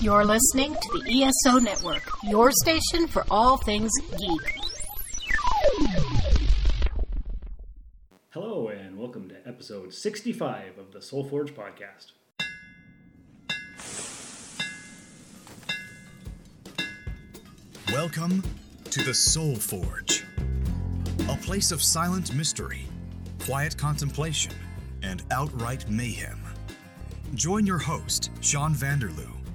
You're listening to the ESO Network, your station for all things geek. Hello, and welcome to episode 65 of the Soul Forge podcast. Welcome to the Soul Forge, a place of silent mystery, quiet contemplation, and outright mayhem. Join your host, Sean Vanderloo,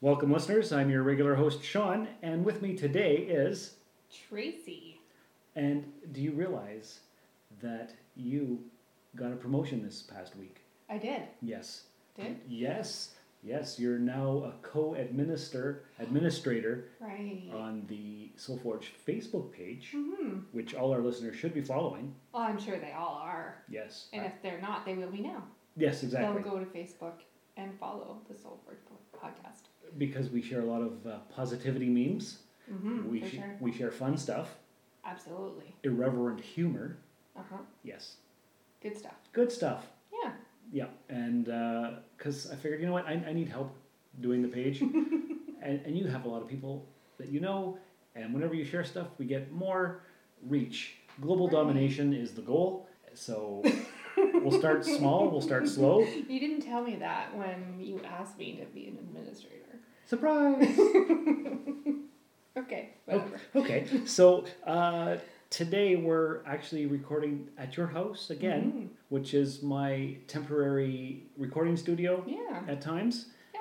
Welcome, listeners. I'm your regular host, Sean, and with me today is. Tracy. And do you realize that you got a promotion this past week? I did. Yes. Did? Yes. Yes, you're now a co administer administrator Right. on the Soul Forge Facebook page, Mm-hmm. which all our listeners should be following. well, Hmm. Oh, I'm sure they all are. Yes. And if they're not, they will be now. yes, exactly. They'll go to Facebook and follow the Soul Forge po- podcast. because we share a lot of uh, positivity memes. we, Mm-hmm, for sh- sure. we share fun stuff, Absolutely. irreverent humor. Uh huh. Yes, Good stuff. good stuff. Yeah. Yeah, and because I figured, you know what, I, I need help doing the page, and, and you have a lot of people that you know, and whenever you share stuff, we get more reach. Global domination is the goal, so we'll start small, we'll start slow. You didn't tell me that when you asked me to be an administrator. Surprise! Okay. Whatever. Okay, so uh, today we're actually recording at your house again, Mm-hmm. which is my temporary recording studio Yeah. at times. Yeah.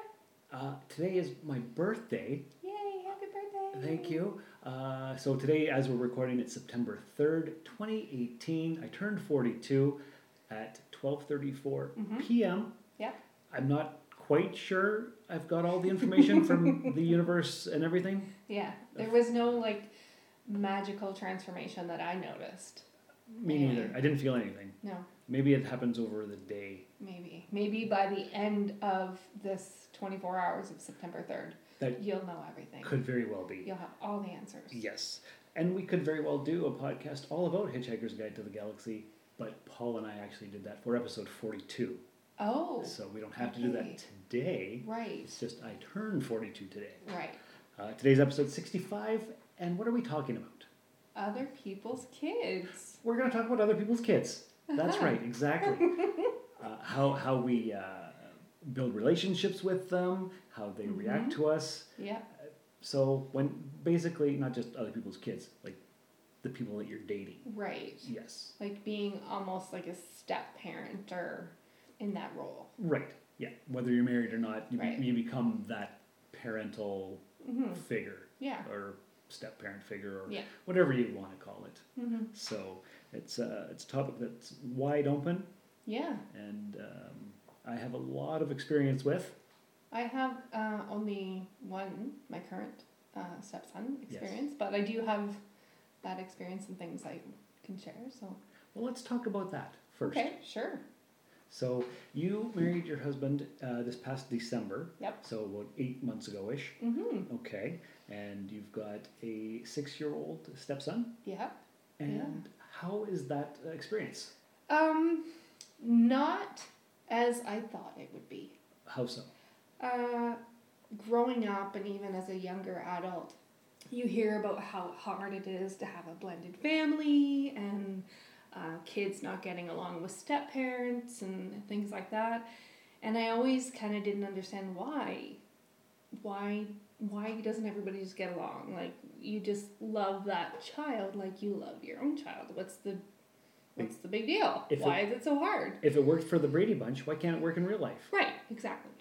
Uh, today is my birthday. Yay! Happy birthday. Thank you. Uh, so today, as we're recording, it's September third, twenty eighteen. I turned forty-two at twelve Mm-hmm. p.m. Yep. I'm not quite sure I've got all the information from the universe and everything. Yeah. There was no like magical transformation that I noticed. Me Yeah. neither. I didn't feel anything. No. Maybe it happens over the day. Maybe. Maybe by the end of this 24 hours of September 3rd, That you'll know everything. could very well be. You'll have all the answers. Yes. And we could very well do a podcast all about Hitchhiker's Guide to the Galaxy, but Paul and I actually did that for episode 42. Oh, So we don't have to do that Okay. today. right. It's just I turned 42 today. Right. Uh, today's episode 65, and what are we talking about? Other people's kids. We're going to talk about other people's kids. That's Uh-huh. right, exactly. uh, how, how we uh, build relationships with them, how they react Mm-hmm. to us. Yep. So when basically not just other people's kids, like the people that you're dating. Right. Yes. Like being almost like a step parent or in that role. Right. Yeah. Whether you're married or not, you, be- Right. Mm-hmm. you become that parental figure Yeah. or step parent figure or Yeah. Mm-hmm. whatever you want to call it. So it's uh, it's a topic that's wide open Yeah. and um, I have a lot of experience with. I have uh, only one, my current uh, stepson experience, but I do have that experience and things I can share. So, Well, let's talk about that first. okay, sure. So you married your husband uh, this past December. Yep. So about eight months ago ish. Mm-hmm. Okay. And you've got a six-year-old stepson. Yep. And how is that uh, experience? Um, not as I thought it would be. How so? Uh, growing up and even as a younger adult, you hear about how hard it is to have a blended family and uh, kids not getting along with step parents and things like that. And I always kind of didn't understand why. Why why doesn't everybody just get along? Like you just love that child like you love your own child. What's the what's the big deal? If it- why is it so hard? If it worked for the Brady Bunch, why can't it work in real life? Right, exactly.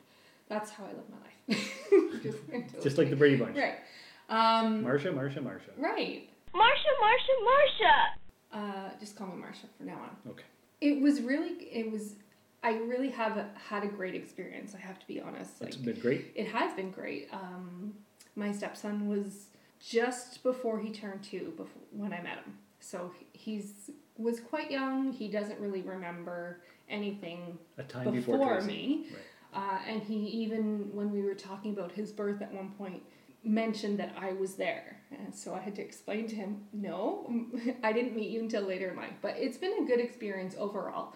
That's how I live my life. just, Just like the Brady Bunch. right, um, Marsha, Marsha, Marsha. right. Marsha, Marsha, Marsha! Uh, just call me Marsha from now on. Okay. it was really it was i really have had a great experience i have to be honest like It's been great. it has been great um, my stepson was just before he turned two before, when i met him so he's was quite young he doesn't really remember anything A time before, before Tracy. me Right. uh, and he even when we were talking about his birth at one point mentioned that i was there and so i had to explain to him no i didn't meet you until later in life but it's been a good experience overall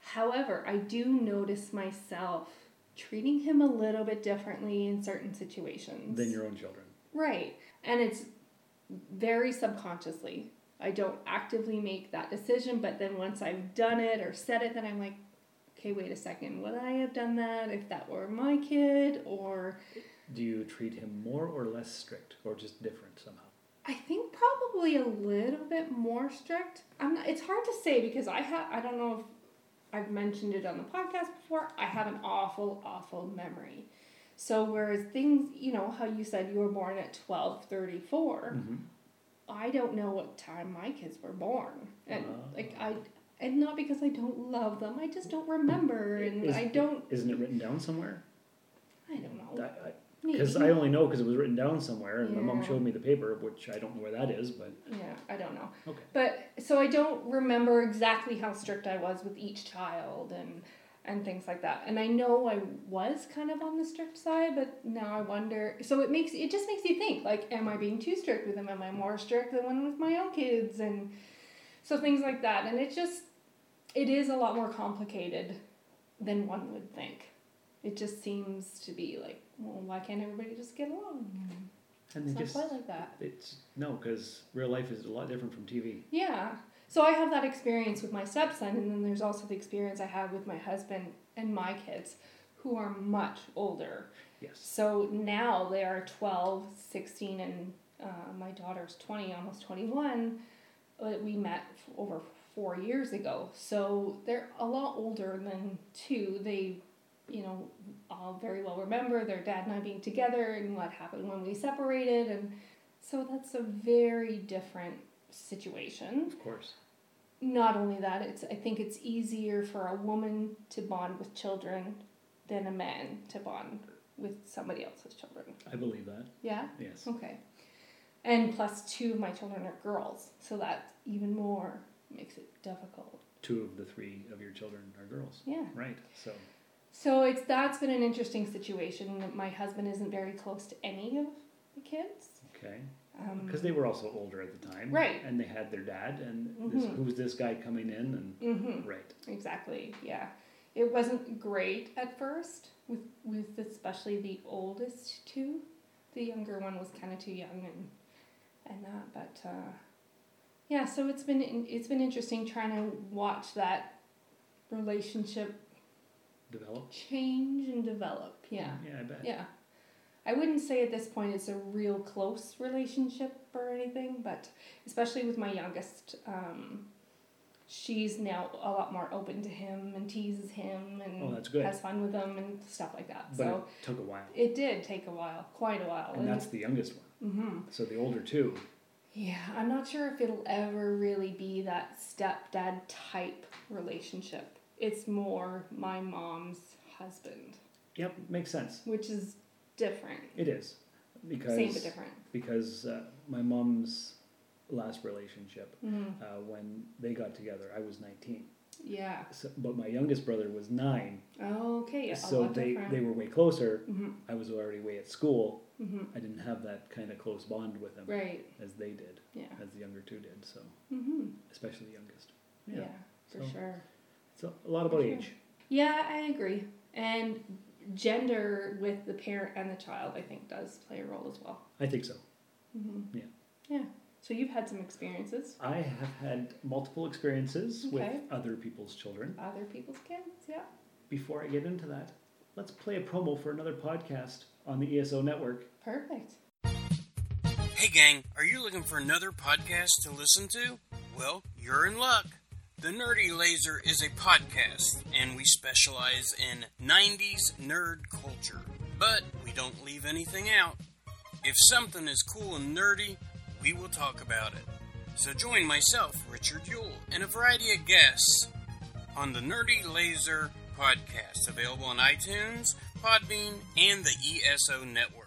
however i do notice myself treating him a little bit differently in certain situations Than your own children. Right. And it's very subconsciously. I don't actively make that decision, but then once I've done it or said it, then I'm like, okay, wait a second, would I have done that if that were my kid? Or Do you treat him more or less strict or just different somehow? I think probably a little bit more strict. I'm not, it's hard to say because I have I don't know if I've mentioned it on the podcast before. I have an awful awful memory. So whereas things, you know, how you said you were born at 1234, Mm-hmm. I don't know what time my kids were born. And Ah. like I and not because I don't love them. I just don't remember and Is- I don't Isn't it written down somewhere? I don't know. Because I, Maybe. only know because it was written down somewhere, and my mom Yeah. showed me the paper, which I don't know where that is, but Yeah, I don't know. Okay. But so I don't remember exactly how strict I was with each child and and things like that. And I know I was kind of on the strict side, but now I wonder. So it makes it just makes you think like am I being too strict with them? Am I more strict than when with my own kids and so things like that. And it just it is a lot more complicated than one would think. It just seems to be like, well, why can't everybody just get along? and It's they not just quite like that. it's no because real life is a lot different from TV. Yeah. So I have that experience with my stepson, and then there's also the experience I have with my husband and my kids, who are much older. Yes, So now they are 12, 16, and uh, my daughter's 20, almost 21. But we met f- over four years ago. So they're a lot older than two. They, you know, all very well remember their dad and I being together and what happened when we separated. And so that's a very different situation of course. not only that it's i think it's easier for a woman to bond with children than a man to bond with somebody else's children I believe that. yeah Yes, okay and plus two of my children are girls so that even more makes it difficult two of the three of your children are girls. yeah Right. So so it's that's been an interesting situation my husband isn't very close to any of the kids okay, um, because they were also older at the time, Right. And they had their dad, and this, Mhm. who's this guy coming in, and mhm. right. Exactly. Yeah, it wasn't great at first with with especially the oldest two. The younger one was kind of too young and and that, but uh, yeah. So it's been in- it's been interesting trying to watch that relationship Developed. change and develop. Yeah, Yeah, I bet. yeah. I wouldn't say at this point it's a real close relationship or anything, but especially with my youngest, um, she's now a lot more open to him and teases him and Oh, that's good. has fun with him and stuff like that. But so it took a while, it did take a while, quite a while. and that's the youngest one. hmm So the older two. Yeah, I'm not sure if it'll ever really be that stepdad type relationship. It's more my mom's husband, Yep, makes sense. which is different. It is because Same but different. because uh, my mom's last relationship Mhm. uh, when they got together i was 19 Yeah. so, but my youngest brother was 9 Okay, yeah, a so lot they, different. they were way closer Mhm. i was already way at school Mhm. i didn't have that kind of close bond with them right. as they did Yeah. as the younger two did so Mm-hmm. especially the youngest Yeah, for so- sure. so a lot about For sure. age Yeah, I agree. And gender with the parent and the child, I think, does play a role as well. i think so Mm-hmm. Yeah. Yeah. So you've had some experiences, i have had multiple experiences Okay. with other people's children other people's kids. Yeah. before i get into that let's play a promo for another podcast on the eso network Perfect. Hey, gang, are you looking for another podcast to listen to? Well, you're in luck. The Nerdy Laser is a podcast, and we specialize in 90s nerd culture. But we don't leave anything out. If something is cool and nerdy, we will talk about it. So join myself, Richard Yule, and a variety of guests on the Nerdy Laser podcast, available on iTunes, Podbean, and the ESO network.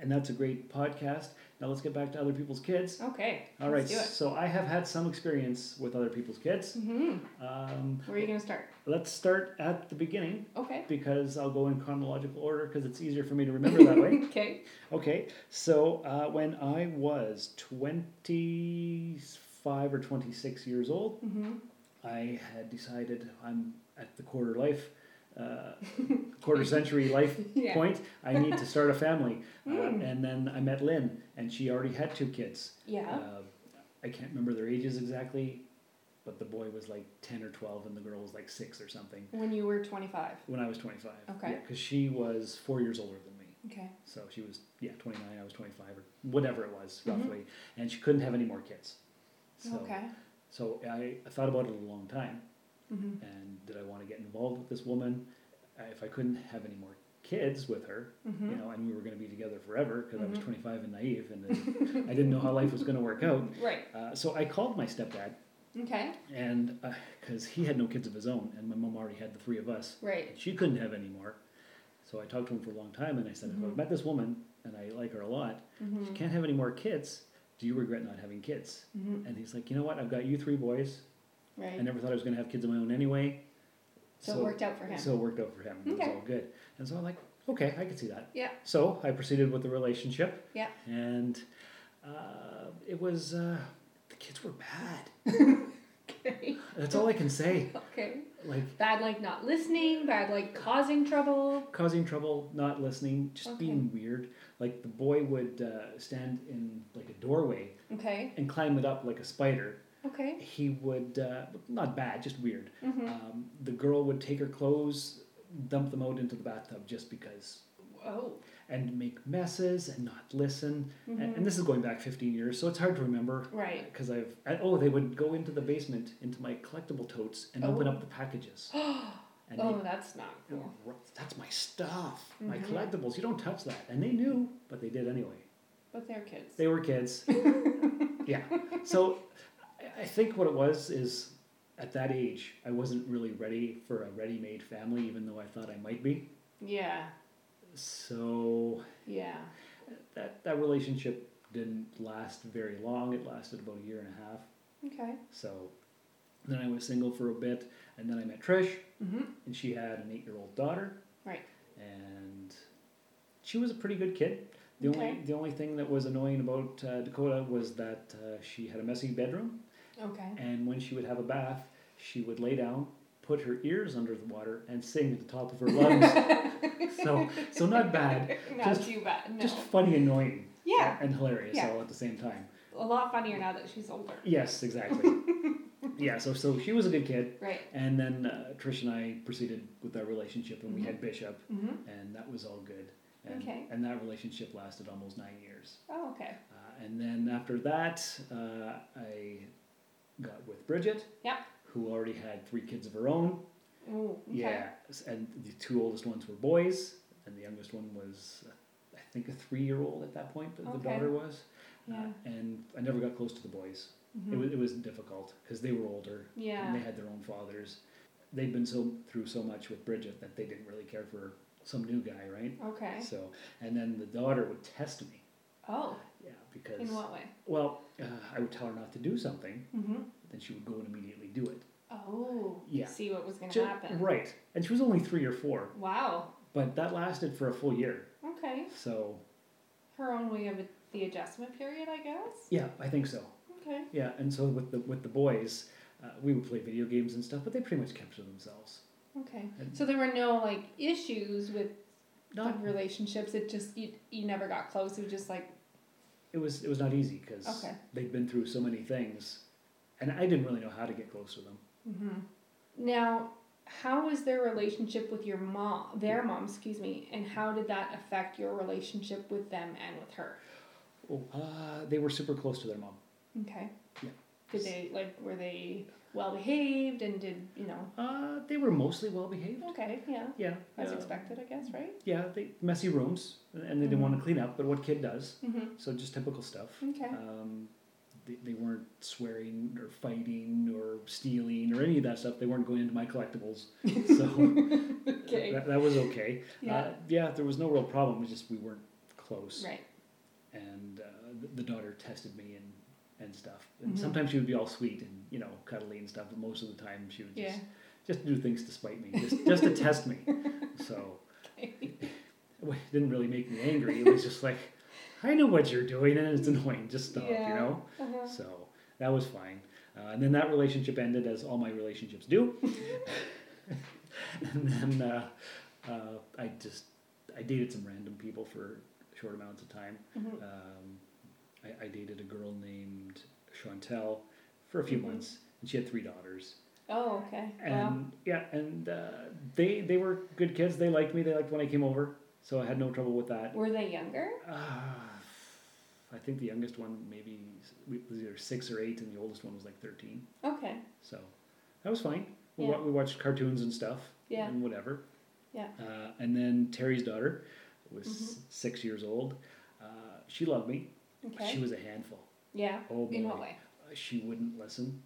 And that's a great podcast. Now let's get back to other people's kids. Okay. All right, let's do it. so I have had some experience with other people's kids. Mm-hmm. Um, Where are you going to start? let's start at the beginning Okay. because I'll go in chronological order because it's easier for me to remember that way. Okay. Okay, so uh, when I was 25 or 26 years old, Mm-hmm. I had decided I'm at the quarter life, uh, quarter century life Yeah. Hmm. point. I need to start a family. Uh, and then I met Lynn, and she already had two kids. Yeah. Uh, I can't remember their ages exactly, but the boy was like 10 or 12, and the girl was like 6 or something When you were 25. when I was 25. Okay. Because she was four years older than me. Okay. So she was, yeah, 29, I was 25, or whatever it was, roughly. And she couldn't have any more kids. So, Okay. So I, I thought about it a long time. And did I want to get involved with this woman? Uh, If I couldn't have any more kids with her, you know, and we were going to be together forever because I was 25 and naive and then I didn't know how life was going to work out. Right. Uh, so I called my stepdad Okay. and because he had no kids of his own, and my mom already had the three of us, Right. And she couldn't have any more, so I talked to him for a long time, and I said, Mm-hmm. "If I've met this woman and I like her a lot, she can't have any more kids. Do you regret not having kids?" And he's like, "You know what? I've got you three boys. Mm-hmm. Right. I never thought I was going to have kids of my own anyway." So it worked out for him. So it worked out for him. It was Okay. all good. And so I'm like, okay, I could see that. Yeah. So I proceeded with the relationship Yeah. and uh, it was uh, the kids were bad. Okay. That's all I can say. Okay. Like Bad like not listening, bad like causing trouble. causing trouble, not listening, just Okay. being weird. Like the boy would uh, stand in like a doorway Okay. and climb it up like a spider. Okay. He would uh, not bad, just weird. Mm-hmm. Um, the girl would take her clothes, dump them out into the bathtub just because, Oh. and make messes and not listen. And, and this is going back 15 years, so it's hard to remember. Mm-hmm. Right. because I've I, oh they would go into the basement into my collectible totes and open Oh. up the packages. and Oh, they- that's not cool. that's my stuff, my collectibles. You don't touch that, and they knew, but they did anyway. But they're kids. They were kids. yeah, so I, I think what it was is at that age I wasn't really ready for a ready-made family, even though I thought I might be. yeah. So Yeah. that that relationship didn't last very long. It lasted about a year and a half. Okay. So then I was single for a bit, and then I met Trish, and she had an eight-year-old daughter, Right. and she was a pretty good kid. The only Okay. the only thing that was annoying about uh, Dakota was that uh, she had a messy bedroom, Okay. and when she would have a bath, she would lay down, put her ears under the water, and sing at the top of her lungs. so so not bad, Not just too bad. No. just funny, annoying, Yeah. and hilarious Yeah. all at the same time. a lot funnier now that she's older. Yes, exactly. yeah, so so she was a good kid. Right. And then uh, Trish and I proceeded with our relationship, and we had Bishop, and that was all good. And, Mm-hmm. Okay. and that relationship lasted almost nine years. Oh, okay. Uh, and then after that, uh, I got with Bridget, Yep. who already had three kids of her own. Ooh, okay. Yeah, s- and the two oldest ones were boys, and the youngest one was, uh, I think, a three-year-old at that point. The, the Okay. daughter was, Uh, Yeah. Mm-hmm. and I never got close to the boys. It was it was difficult because they were older. Yeah. and they had their own fathers. They'd been so through so much with Bridget that they didn't really care for some new guy, right? Okay. So, and then the daughter would test me. Oh, Yeah, because in what way? Mm-hmm. well, uh, I would tell her not to do something, then she would go and immediately do it. Oh, Yeah. see what was going to Ju- happen. Right, and she was only three or four, Wow. but that lasted for a full year. Okay. So, Her own way of it- the adjustment period, I guess. yeah, I think so. Okay. Yeah, and so with the with the boys, uh, we would play video games and stuff, but they pretty much kept to themselves. Okay. So there were no like issues with the relationships. It just you, you never got close. It was just like it was it was not easy because Okay. they'd been through so many things, and I didn't really know how to get close to them. now. How was their relationship with your mom? Their mom, excuse me. And how did that affect your relationship with them and with her? Oh, uh, they were super close to their mom. Okay. Yeah, Did they like were they well behaved and did you know? uh, they were mostly well behaved. Okay. Yeah. Yeah, As uh, expected, I guess. Right. Yeah, they, messy rooms, and they didn't want to clean up. But what kid does? So just typical stuff. Mm. Mm-hmm. Okay. Um, they, they weren't swearing or fighting or stealing or any of that stuff. They weren't going into my collectibles, so Okay. that, that was okay. Uh, Yeah. yeah, there was no real problem. It was just we weren't close Right. and uh, th- the daughter tested me and and stuff. And Mm-hmm. sometimes she would be all sweet and you know cuddly and stuff, but most of the time she would just Yeah. just do things to spite me, just just to test me. So it didn't really make me angry. It was just like I know what you're doing and it's annoying. Just stop, you Yeah. know. Uh-huh. So that was fine. Uh, and then that relationship ended, as all my relationships do. and then uh, uh, I just I dated some random people for short amounts of time. Mm-hmm. Um, I, I dated a girl named Chantel for a few Mm-hmm. months, and she had three daughters. Oh, okay. And wow. yeah, and uh, they they were good kids. They liked me. They liked when I came over, so I had no trouble with that. Were they younger? Uh, I think the youngest one maybe s- was either six or eight, and the oldest one was like thirteen. Okay. So that was fine. We, Yeah. wa- we watched cartoons and stuff Yeah. and whatever. Yeah. Mm-hmm. Uh, and then Terry's daughter was six years old. Uh, she loved me. but Okay. She was a handful. Yeah. Oh, In what boy. way? Uh, She wouldn't listen.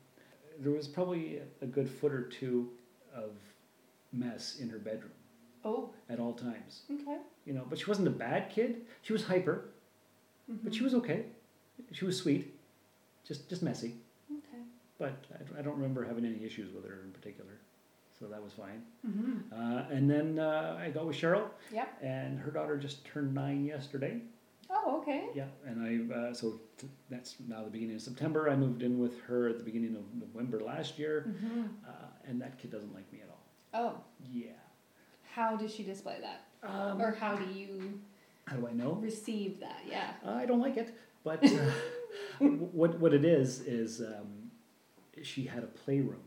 There was probably a good foot or two of mess in her bedroom Oh, at all times. okay. You know, but she wasn't a bad kid. She was hyper, but she was okay. She was sweet, just just messy. Okay. but I don't- I don't remember having any issues with her in particular, so that was fine. Uh, and then uh, I got with Cheryl, Yep. and her daughter just turned nine yesterday. Oh, okay. Yeah, and I uh, so th- that's now the beginning of September. I moved in with her at the beginning of November last year, uh, and that kid doesn't like me at all. Oh, Yeah. how does she display that? Um, or how do you How do I know? receive that? Yeah. I don't like it, but uh, w- what what it is is um, she had a playroom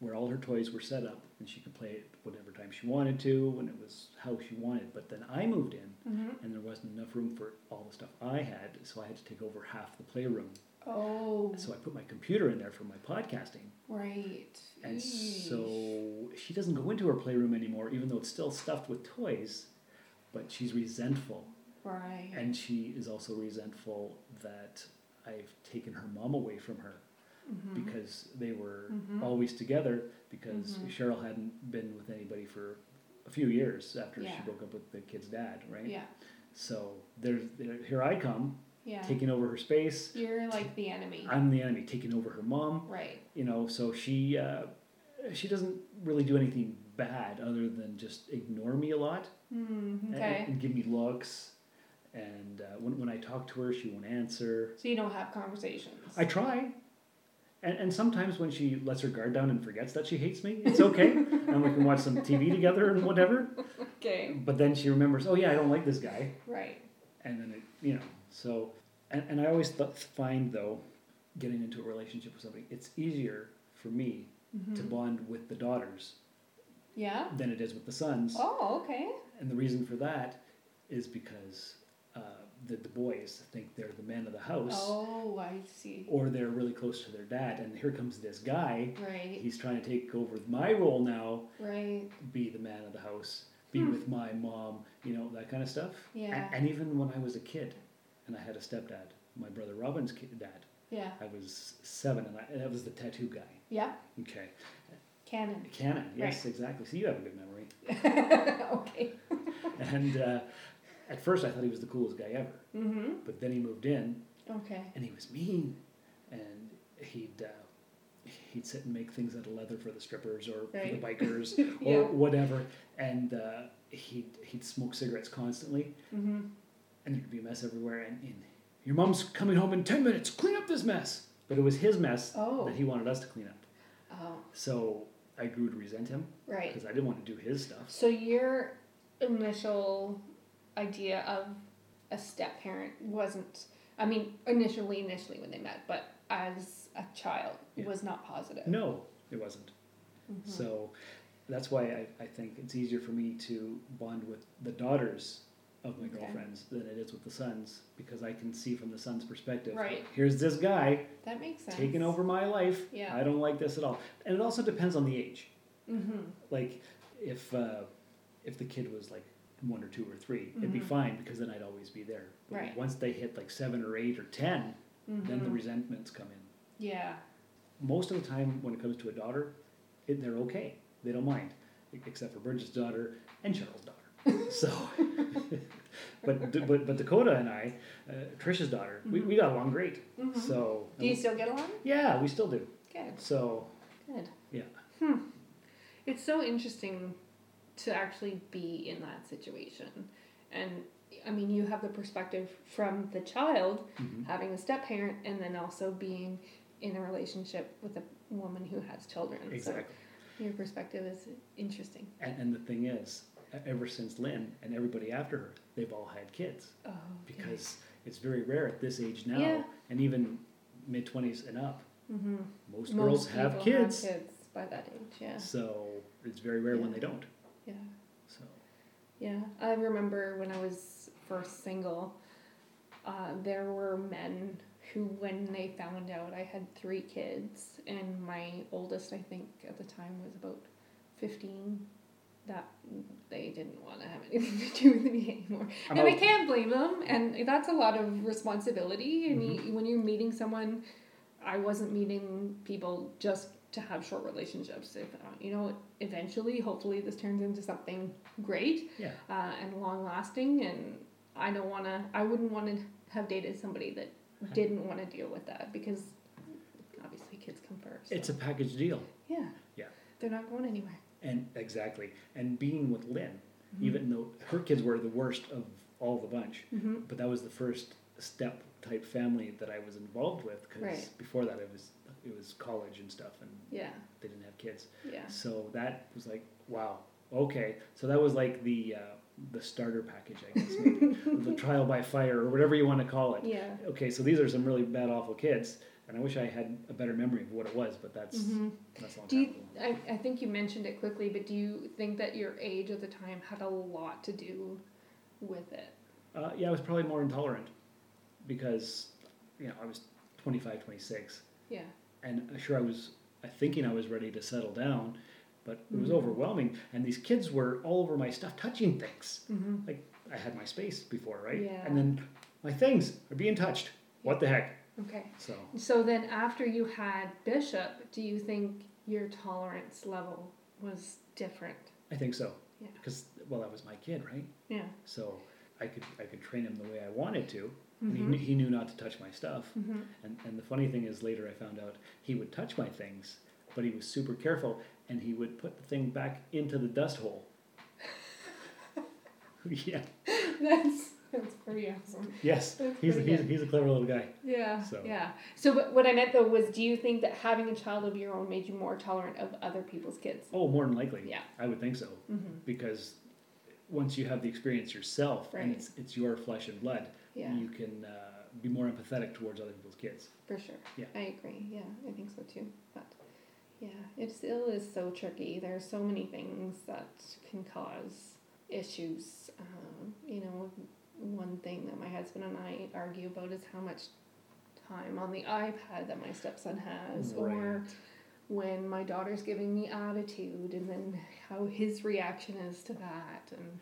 where all her toys were set up, and she could play it whatever time she wanted to, when it was how she wanted. But then I moved in, and there wasn't enough room for all the stuff I had, so I had to take over half the playroom. Oh, So I put my computer in there for my podcasting, right. and Eesh. so she doesn't go into her playroom anymore, even though it's still stuffed with toys. But she's resentful Right. and she is also resentful that I've taken her mom away from her Mm-hmm. because they were always together because Mm-hmm. Cheryl hadn't been with anybody for a few years after she Yeah. broke up with the kid's dad, right? yeah. So there's there, here I come Yeah. taking over her space. You're like the enemy. I'm the enemy taking over her mom right. you know so she uh, she doesn't really do anything bad other than just ignore me a lot and- okay. and, give me looks and uh, when, when i talk to her she won't answer So you don't have conversations. i try and, and sometimes when she lets her guard down and forgets that she hates me it's okay and we can watch some tv together and whatever okay. but then she remembers oh yeah i don't like this guy Right. and then it you know so and, and i always th- find though getting into a relationship with somebody it's easier for me Mm-hmm. to bond with the daughters Yeah. than it is with the sons Oh, okay. and the reason for that is because uh, the, the boys think they're the man of the house Oh, I see. or they're really close to their dad and here comes this guy Right. he's trying to take over my role now Right. be the man of the house, be with my mom, you know, that kind of stuff. Hmm. Yeah. A- And, even when I was a kid and I had a stepdad, my brother Robin's kid, dad, Yeah. I was seven and, I, and that was the tattoo guy. Yeah. Okay. Canon. Canon, yes, Right. exactly. See, you have a good memory. okay. and uh, at first I thought he was the coolest guy ever. Mm-hmm. But then he moved in Okay. and he was mean. And he'd. Uh, He'd sit and make things out of leather for the strippers or Right. for the bikers Yeah. or whatever, and uh, he'd he'd smoke cigarettes constantly, Mm-hmm. and there'd be a mess everywhere. And, and your mom's coming home in ten minutes. Clean up this mess. But it was his mess Oh. that he wanted us to clean up. Oh, So I grew to resent him right. because I didn't want to do his stuff. So your initial idea of a step parent wasn't I mean, initially initially when they met, but as a child was not positive. No, it wasn't. Mm-hmm. So that's why I, I think it's easier for me to bond with the daughters of my Okay. girlfriends than it is with the sons because I can see from the son's perspective. Right. Here's this guy That makes sense. taking over my life. Yeah. I don't like this at all. And it also depends on the age. Mm-hmm. Like, if uh, if the kid was like one or two or 3 it it'd be fine because then I'd always be there. But Mm-hmm. Right. Mm-hmm. once they hit like seven or eight or ten, Then the resentments come in. Yeah. most of the time when it comes to a daughter, it, they're okay. They don't mind, e- except for Bridget's daughter and Cheryl's daughter. so, but D- but but Dakota and I, uh, Trisha's daughter, we, we got along great. So Mm-hmm. um, Do you still get along? yeah, we still do. Good. So Good. yeah, It's so interesting to actually be in that situation. And I mean, you have the perspective from the child Mm-hmm. having a step parent and then also being in a relationship with a woman who has children. Exactly. So your perspective is interesting. and and the thing is, e- ever since Lynn and everybody after her, they've all had kids Oh, because it's very rare at this age now, Yeah. Mm-hmm. and even mid twenties and up. Most, Most girls people have kids, kids by that age, yeah. so it's very rare when Yeah. they don't. Yeah. So Yeah, I remember when I was first single, uh, there were men who, when they found out I had three kids, and my oldest, I think, at the time was about 15, that they didn't want to have anything to do with me anymore. I'm and I out. can't blame them, and that's a lot of responsibility. And you, when you're meeting someone, I wasn't meeting people just to have short relationships. If, uh, you know, eventually, hopefully, this turns into something great yeah, uh, and long lasting. And I don't want to, I wouldn't want to have dated somebody that didn't want to deal with that because obviously kids come first. it's a package deal. yeah, Yeah, they're not going anywhere. and exactly. And being with Lynn, Mm-hmm. even though her kids were the worst of all the bunch, Mm-hmm. but that was the first step type family that I was involved with because Right. before that it was it was college and stuff, and Yeah, they didn't have kids. yeah, So that was like wow. Okay, so that was like the uh, the starter package, I guess, maybe. the trial by fire or whatever you want to call it. yeah. Okay, so these are some really bad, awful kids, and I wish I had a better memory of what it was, but that's that's a long Mm-hmm. Do time you, ago. I, I think you mentioned it quickly, but do you think that your age at the time had a lot to do with it? Uh, yeah, I was probably more intolerant because, you know, I was 25, 26, Yeah, and sure, I was I thinking I was ready to settle down, but it Mm-hmm. was overwhelming, and these kids were all over my stuff, touching things. Like I had my space before, right? Mm-hmm. Yeah. And then my things are being touched. What the heck? okay. So So then, after you had Bishop, do you think your tolerance level was different? I think so. Yeah. Because well, that was my kid, right? Yeah. So I could I could train him the way I wanted to. And Mm-hmm. he, kn- he knew not to touch my stuff. And, and the funny thing is, later I found out he would touch my things, but he was super careful and he would put the thing back into the dust hole. yeah, That's that's pretty awesome. yes. That's He's, pretty he's, good. he's a clever little guy. Yeah. So- Yeah. So what, what I meant though was, do you think that having a child of your own made you more tolerant of other people's kids? Oh, more than likely. Yeah. Mm-hmm. I would think so. Because once you have the experience yourself Right. and it's, it's your flesh and blood, Yeah. you can uh, be more empathetic towards other people's kids. For sure. Yeah. I agree. Yeah, I think so too. But yeah, it still is so tricky. There are so many things that can cause issues. Um, you know, one thing that my husband and I argue about is how much time on the iPad that my stepson has, or when my daughter's giving me attitude, and then how his reaction is to that. And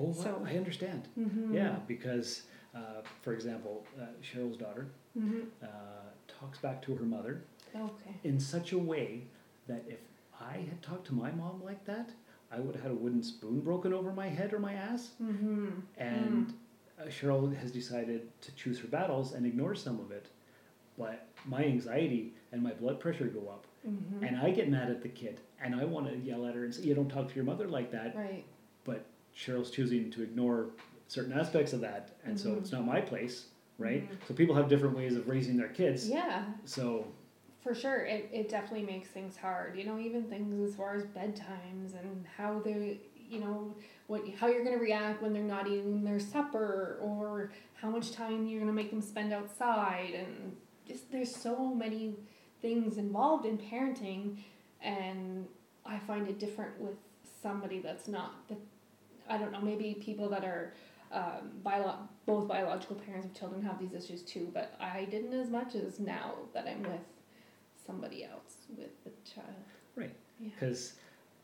Oh, So- I, I understand. Yeah, because, uh, for example, uh, Cheryl's daughter uh, talks back to her mother okay, in such a way that if I had talked to my mom like that, I would have had a wooden spoon broken over my head or my ass. Mm-hmm. And uh, Cheryl has decided to choose her battles and ignore some of it. But my anxiety and my blood pressure go up. And I get mad at the kid. And I want to yell at her and say, You don't talk to your mother like that right. but Cheryl's choosing to ignore certain aspects of that, and so it's Mm-hmm. not my place, right? So people have different ways of raising their kids. Yeah, So For sure, it, it definitely makes things hard. You know, even things as far as bedtimes and how they, you know, what how you're gonna react when they're not eating their supper or how much time you're gonna make them spend outside and just there's so many things involved in parenting, and I find it different with somebody that's not the I don't know, maybe people that are um, bio- both biological parents of children have these issues too, but I didn't as much as now that I'm with somebody else with a child. right, Yeah. because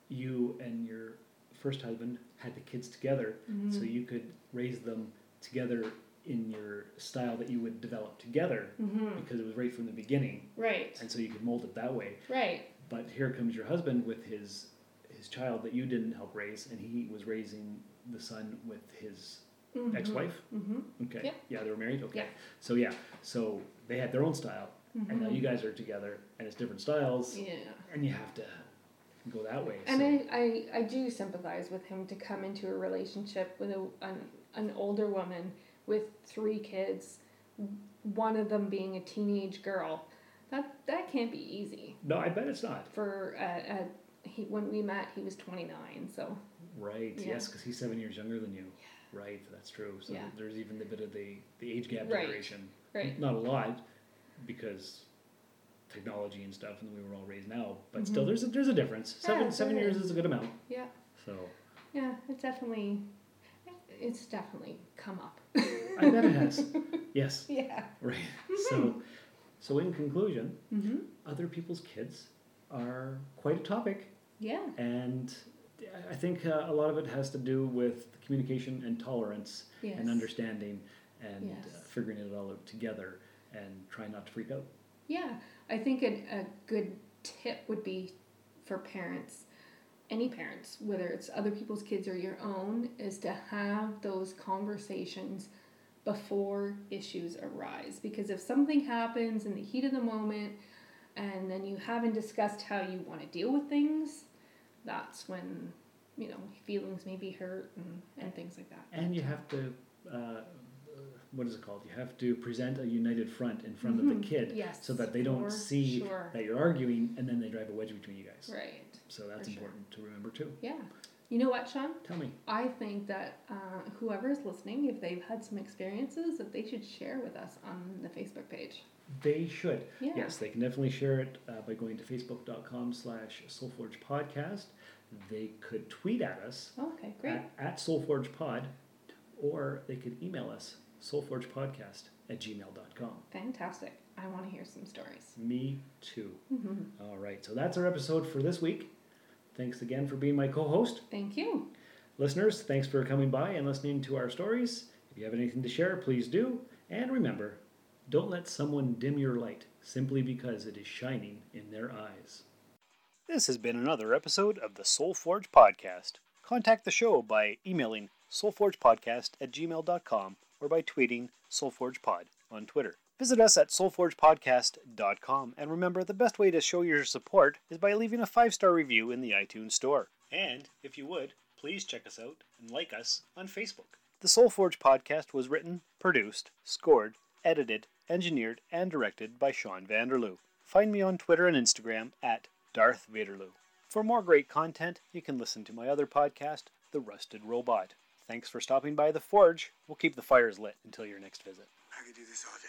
you and your Mm-hmm. first husband had the kids together, so you could raise them together in your style that you would develop together Mm-hmm. because it was right from the beginning, Right. and so you could mold it that way. Right. But here comes your husband with his his child that you didn't help raise, and he was raising the son with his ex-wife. Mm-hmm. Okay. Yeah. Yeah, they were married. Okay. Yeah. So yeah, so they had their own style, and now you guys are together, and it's different styles, Mm-hmm. Yeah. and you have to go that way. And so. I, I, I do sympathize with him to come into a relationship with a, an, an older woman with three kids, one of them being a teenage girl. That, that can't be easy. no, I bet it's not. For uh, uh, he, when we met, he was 29, so Right. Yes, 'cause Yeah. Yes, because he's seven years younger than you. Right. That's true. So Yeah. there's even a bit of the the age gap Right. generation. right. Not a lot, because technology and stuff, and we were all raised now. But still, there's a, there's a difference. Seven Mm-hmm. Yeah, seven there years is. is a good amount. Yeah, So yeah, it definitely, it's definitely come up. I bet it has. Yes. yeah. Right. Mm-hmm. So so in conclusion, other people's kids are quite a topic, Yeah. and I- I think uh, a lot of it has to do with communication and tolerance Yes. and understanding and uh, Yes. figuring it all out together and trying not to freak out. Yeah, I think a, a good tip would be for parents, any parents, whether it's other people's kids or your own, is to have those conversations before issues arise. Because if something happens in the heat of the moment and then you haven't discussed how you want to deal with things, that's when, you know, feelings may be hurt and, and things like that. And you have to, uh, what is it called? You have to present a united front in front of the kid Mm-hmm. Yes, so that they don't for see sure. that you're arguing and then they drive a wedge between you guys. Right. So that's For sure. important to remember too. Yeah. You know what, Sean? Tell me. I think that uh, whoever's listening, if they've had some experiences, that they should share with us on the Facebook page. They should. Yeah. Yes, they can definitely share it uh, by going to facebook.com slash soulforgepodcast. They could tweet at us Okay, great. at, at soulforgepod or they could email us soulforgepodcast at gmail.com. Fantastic. I want to hear some stories. Me too. Mm-hmm. All right, so that's our episode for this week. Thanks again for being my co host. Thank you. Listeners, thanks for coming by and listening to our stories. If you have anything to share, please do. And remember, don't let someone dim your light simply because it is shining in their eyes. This has been another episode of the Soul Forge Podcast. Contact the show by emailing soulforgepodcast at gmail.com or by tweeting soulforgepod on Twitter. Visit us at soulforgepodcast.com and remember the best way to show your support is by leaving a five star review in the iTunes Store. And if you would, please check us out and like us on Facebook. The Soul Forge podcast was written, produced, scored, edited, engineered, and directed by Sean Vanderloo. Find me on Twitter and Instagram at Darth Vaderloo. For more great content, you can listen to my other podcast, The Rusted Robot. Thanks for stopping by the Forge. We'll keep the fires lit until your next visit. I could do this all day.